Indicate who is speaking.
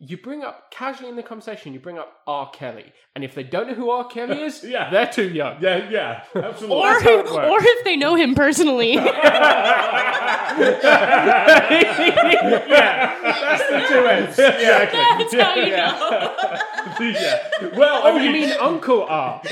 Speaker 1: you bring up casually in the conversation, you bring up R. Kelly, and if they don't know who R. Kelly is,
Speaker 2: Yeah.
Speaker 1: they're too young.
Speaker 2: Yeah, yeah, absolutely.
Speaker 3: Or,
Speaker 2: That's how it
Speaker 3: or
Speaker 2: works.
Speaker 3: if they know him personally.
Speaker 2: yeah, that's the two ends. Exactly.
Speaker 3: That's how you know.
Speaker 2: yeah. Well, I
Speaker 1: oh, you
Speaker 2: mean,
Speaker 1: mean Uncle R?